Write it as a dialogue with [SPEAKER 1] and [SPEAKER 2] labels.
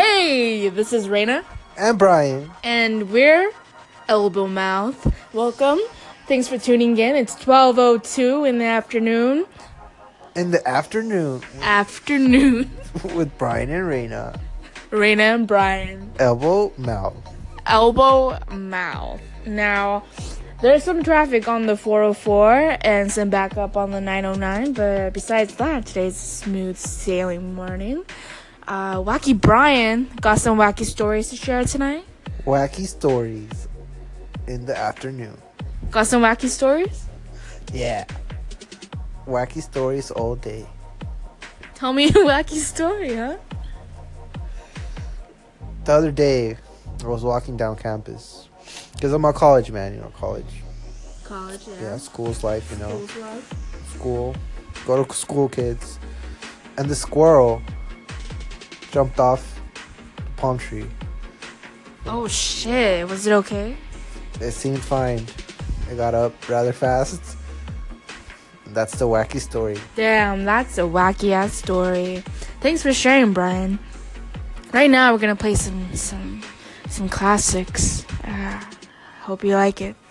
[SPEAKER 1] you. This is Raina,
[SPEAKER 2] And Brian.
[SPEAKER 1] and we're Elbow Mouth. Welcome. Thanks for tuning in. It's 12:02 in the afternoon.
[SPEAKER 2] In the afternoon
[SPEAKER 1] Afternoon.
[SPEAKER 2] with Brian and Raina.
[SPEAKER 1] Raina and Brian.
[SPEAKER 2] Elbow mouth.
[SPEAKER 1] Elbow Mouth. Now, there's some traffic on the 404 and some backup on the 909, but besides that, today's a smooth sailing morning. Uh, wacky Brian got some wacky stories to share tonight.
[SPEAKER 2] Wacky stories in the afternoon.
[SPEAKER 1] Got some wacky stories?
[SPEAKER 2] Yeah. Wacky stories all day.
[SPEAKER 1] Tell me a wacky story, huh?
[SPEAKER 2] The other day, I was walking down campus. Because I'm a college man, you know, college.
[SPEAKER 1] College,
[SPEAKER 2] Yeah, school's life, you know. School. Go to school, kids. And the squirrel jumped off the palm tree.
[SPEAKER 1] Oh shit, was it okay?
[SPEAKER 2] It seemed fine. I got up rather fast. That's the wacky story.
[SPEAKER 1] Damn, that's a wacky ass story. Thanks for sharing, Brian. Right now we're gonna play some some some classics. Uh, Ah, hope you like it.